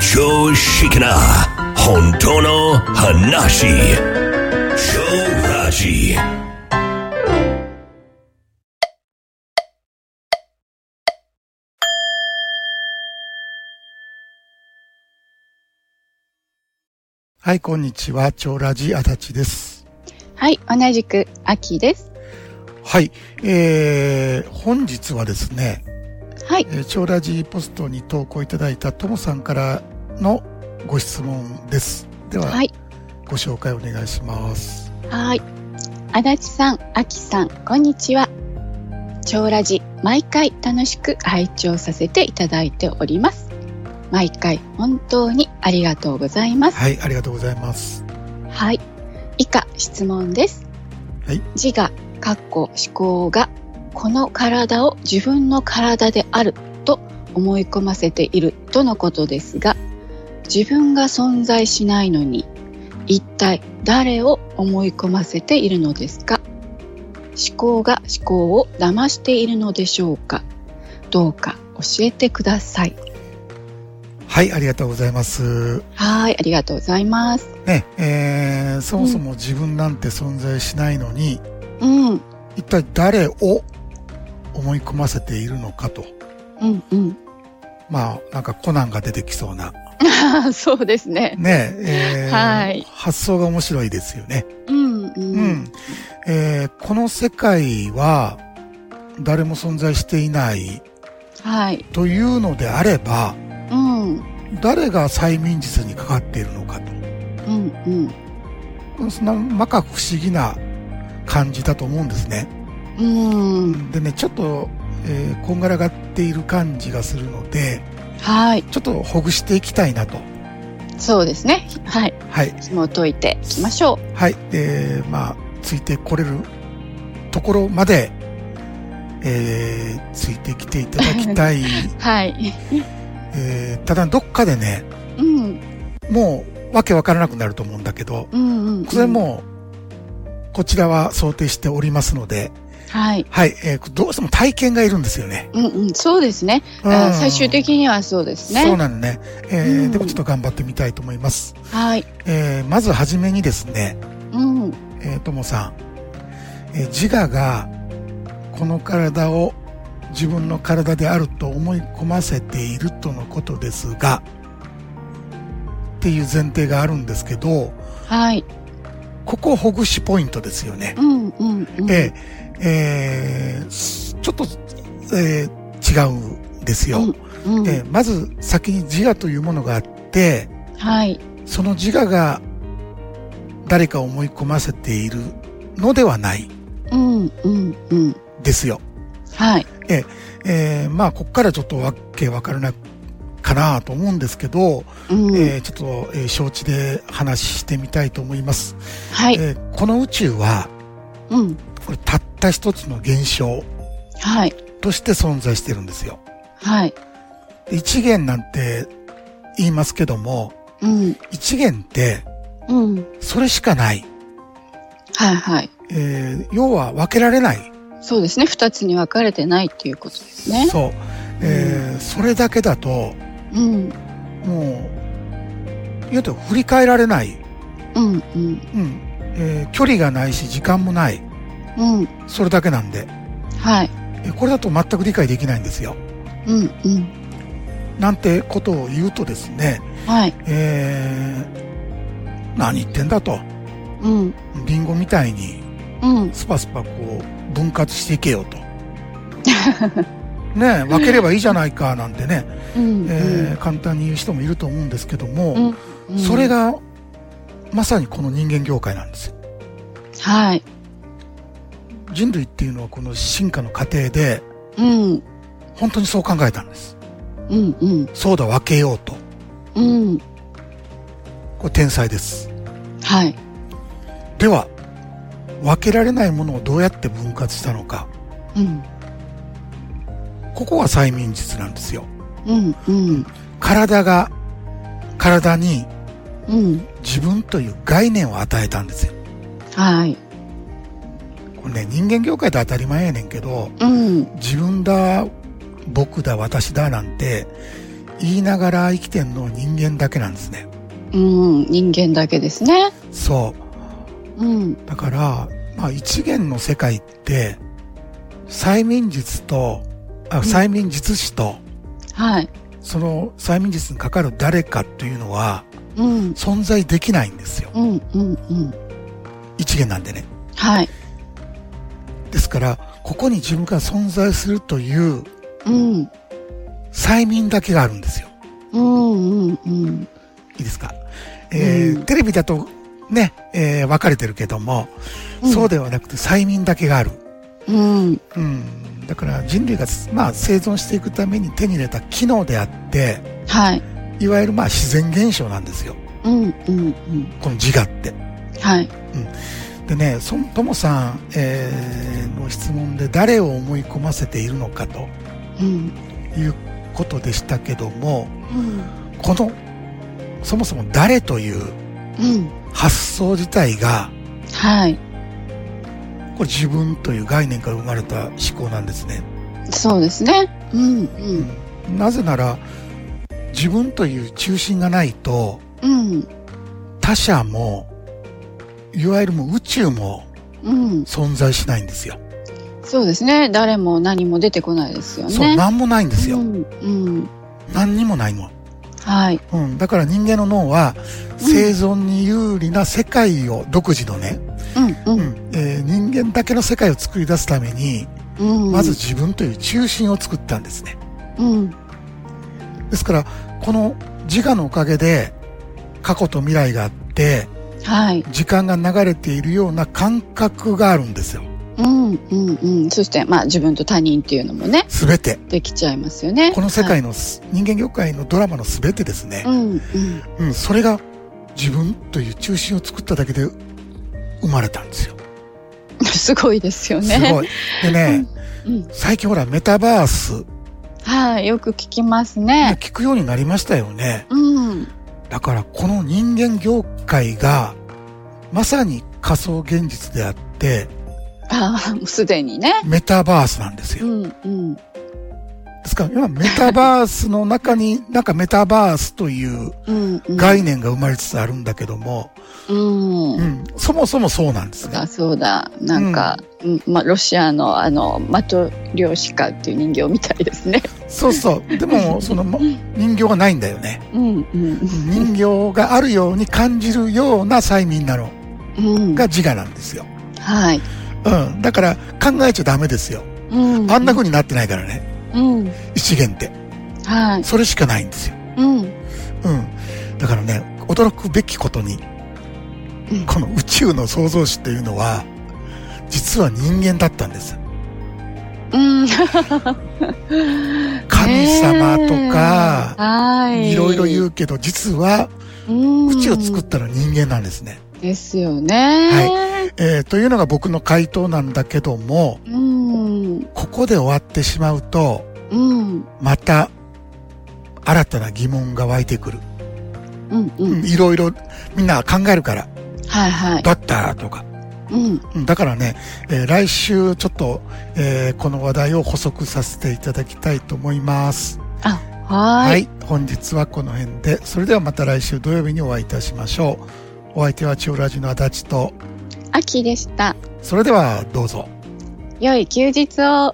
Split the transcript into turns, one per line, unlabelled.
常識な本当の話超ラジ
はい、こんにちは。超ラジ足立です。
はい、同じく秋です。
はい、えー、本日はですね、
はい、
えー超ラジポストに投稿いただいたともさんからのご質問です。では、
はい、
ご紹介お願いします。
はい。足立さん、秋さん、こんにちは。超ラジ、毎回楽しく拝聴させていただいております。毎回本当にありがとうございます。
はい、ありがとうございます。
はい。以下、質問です。
はい
自我、かっこ思考が、この体を自分の体であると思い込ませているとのことですが、自分が存在しないのに、一体誰を思い込ませているのですか思考が思考を騙しているのでしょうかどうか教えてください。
はい、ありがとうございます。
はい、ありがとうございます。
ね、えー、そもそも自分なんて存在しないのに、
うん、うん、
一体誰を思い込ませているのかと。
うん。
まあ、なんかコナンが出てきそうな。
そうですね。
ねえ、えー
はい
発想が面白いですよね。
うん、う
うん。
ん。
えーこの世界は誰も存在していない
はい。
というのであれば、
うん。
誰が催眠術にかかっているのか
うんうん
と。そんな、まか不思議な感じだと思うんですね。
うん
でね、ちょっと、えーこんがらがっている感じがするので、
はい
ちょっとほぐしていきたいなと。
そうですねはい
はい。
紐を解いていきましょ
はい。で、まあ、ついてこれるところまで、えー、ついてきていただきたい。
うはい
えー、ただ、どっかでね、
うん
もう、わけわからなくなると思うんだけど、
うんうん
それも、こちらは想定しておりますので、
はい
はい、えー、どうしても体験がいるんですよね。
うんうんそうですね
うん
あ最終的にはそうです
そう
ね
なのね。えー
うん
でもちょっと頑張ってみたいと思います。
はい
えー、まずはじめにですね、
うん
えー、ともさん、えー自我がこの体を自分の体であると思い込ませているとのことですが、っていう前提があるんですけど、
はい
ここほぐしポイントですよね。
うんうんうん
えーえーすちょっと、えー違うんですよ、
うん
えーまず先に自我というものがあって、
はい
その自我が誰かを思い込ませているのではない
うんうんうん
ですよ。
はい
えーまあ、ここからちょっとわけわからなかなと思うんですけど、
うん
えーちょっと、えー承知で話ししてみたいと思います。
はい
えーこの宇宙は、
うん
これたった一つの現象
はい
として存在してるんですよ。
はい
で一元なんて言いますけども、
うん
一元って
うん
それしかない。
はいはい
えー要は分けられない。
そうですね二つに分かれてないっていうことですね
そう。えーそれだけだと、
うん
もう、言うと振り返られない。
うんうん
うん。えー距離がないし、時間もない。
うん
それだけなんで。
はい
えこれだと全く理解できないんですよ。
うんうん
なんてことを言うとですね、
はい
えー、何言ってんだと。
うん
リンゴみたいに
うん
スパスパこう分割していけ よと。ねえ分ければいいじゃないかなんてね、
うん
えー簡単に言う人もいると思うんですけど
う
も、
んうん
それがまさにこの人間業界なんですよ。
はい
人類っていうのはこの進化の過程で
うん
本当にそう考えたんです。
うんうん
そうだ分けようと。
うん
これ天才です。
はい
では分けられないものをどうやって分割したのか
うん
ここが催眠術なんですよ
うんうん
体が体に
うん
自分という概念を与えたんですよ
はい
これね人間業界で当たり前やねんけど
うん
自分だ僕だ私だなんて言いながら生きてんのは人間だけなんですね
うん、人間だけですね。
そ
うん、
うだから、まあ、一元の世界って催眠術とあ催眠術師と、
はい。
その催眠術にかかる誰かというのは
うん、
存在できないんですよ
うん、うん、うん。
一元なんでね
はい。
ですからここに自分が存在するという
うん、
催眠だけがあるんですよ
うん、うん、うん。
いいですか、えー
うん
テレビだとね、えー分かれてるけども、
うん
そうではなくて催眠だけがある、
うん、
うん、だから人類が、まあ、生存していくために手に入れた機能であって
はい。
いわゆるまあ自然現象なんですよ
うん、うん、うん。
この自我って
はい。
でねそともさん、えーの質問で誰を思い込ませているのかと
うん、
いうことでしたけども
うん、
このそもそも誰という
うん。
発想自体が
はい。
これ自分という概念から生まれた思考なんですね、
そうですね。うん、うん、
なぜなら自分という中心がないと
うん、
他者もいわゆるもう宇宙も
うん。
存在しないんですよ、
そうですね。誰も何も出てこないですよね。
そう何もないんですよ、
うん、うん。
何にもないの、
はい。
うん、だから人間の脳は生存に有利な世界を独自のね、
うん、
う
うん
んえー人間だけの世界を作り出すために、
うん。
まず、自分という中心を作ったんですね
うん、
ですからこの自我のおかげで過去と未来があって
はい。
時間が流れているような感覚があるんですよ
うん、うん、うん。そして、まあ、自分と他人っていうのもね、
全て
できちゃいますよね。
この世界のす、人間業界のドラマの全てですね
は、い。うん、うん。
うんそれが自分という中心を作っただけで生まれたんですよ
すごいですよね。
すごいでね、
うん、
最近ほらメタバース
はい、よく聞きます
ね
ね。
聞くようになりましたよね
うん、
だからこの人間業界がまさに仮想現実であって
ああ、もうすでにね。
メタバースなんです
う
よ
ん、うん、
ですから今メタバースの中に なんかメタバースという
うん、うん。
概念が生まれつつあるんだけども、
うん。
うん、そもそもそうなんです
そう
ね
だそうだなんか、うんまあ、ロシアのあのマトリョーシカっていう人形みたいですね。
そうそうでもそのま人形がないんだよね
うんうん
人形があるように感じるような催眠なの
うん、
が自我なんですよ、
はい、
うん、だから考えちゃダメですよ
うん
あんな風になってないからね
うん
一元って
はい
それしかないんですよ、
うん
うん、だからね驚くべきことに
うん
この宇宙の創造主というのは実は人間だったんです
うん
神様と
ねえ
か
はい
いろいろ言
う
うけど実は
ん
宇宙を作ったのは人間なんですね、
ですよね。
えーというのが僕の回答なんだけども
うん
ここで終わってしまうと
うん
また新たな疑問が湧いてくる、
うんう
うんん、いろいろみんな考えるから
はいはい。
バッターとか、
うん
うん、だからね、えー来週ちょっと、えーこの話題を補足させていただきたいと思います
あはーい
はい、本日はこの辺でそれではまた来週土曜日にお会いいたしましょうお相手は千代ラジの足立と
秋でした。
それではどうぞ
良い休日を。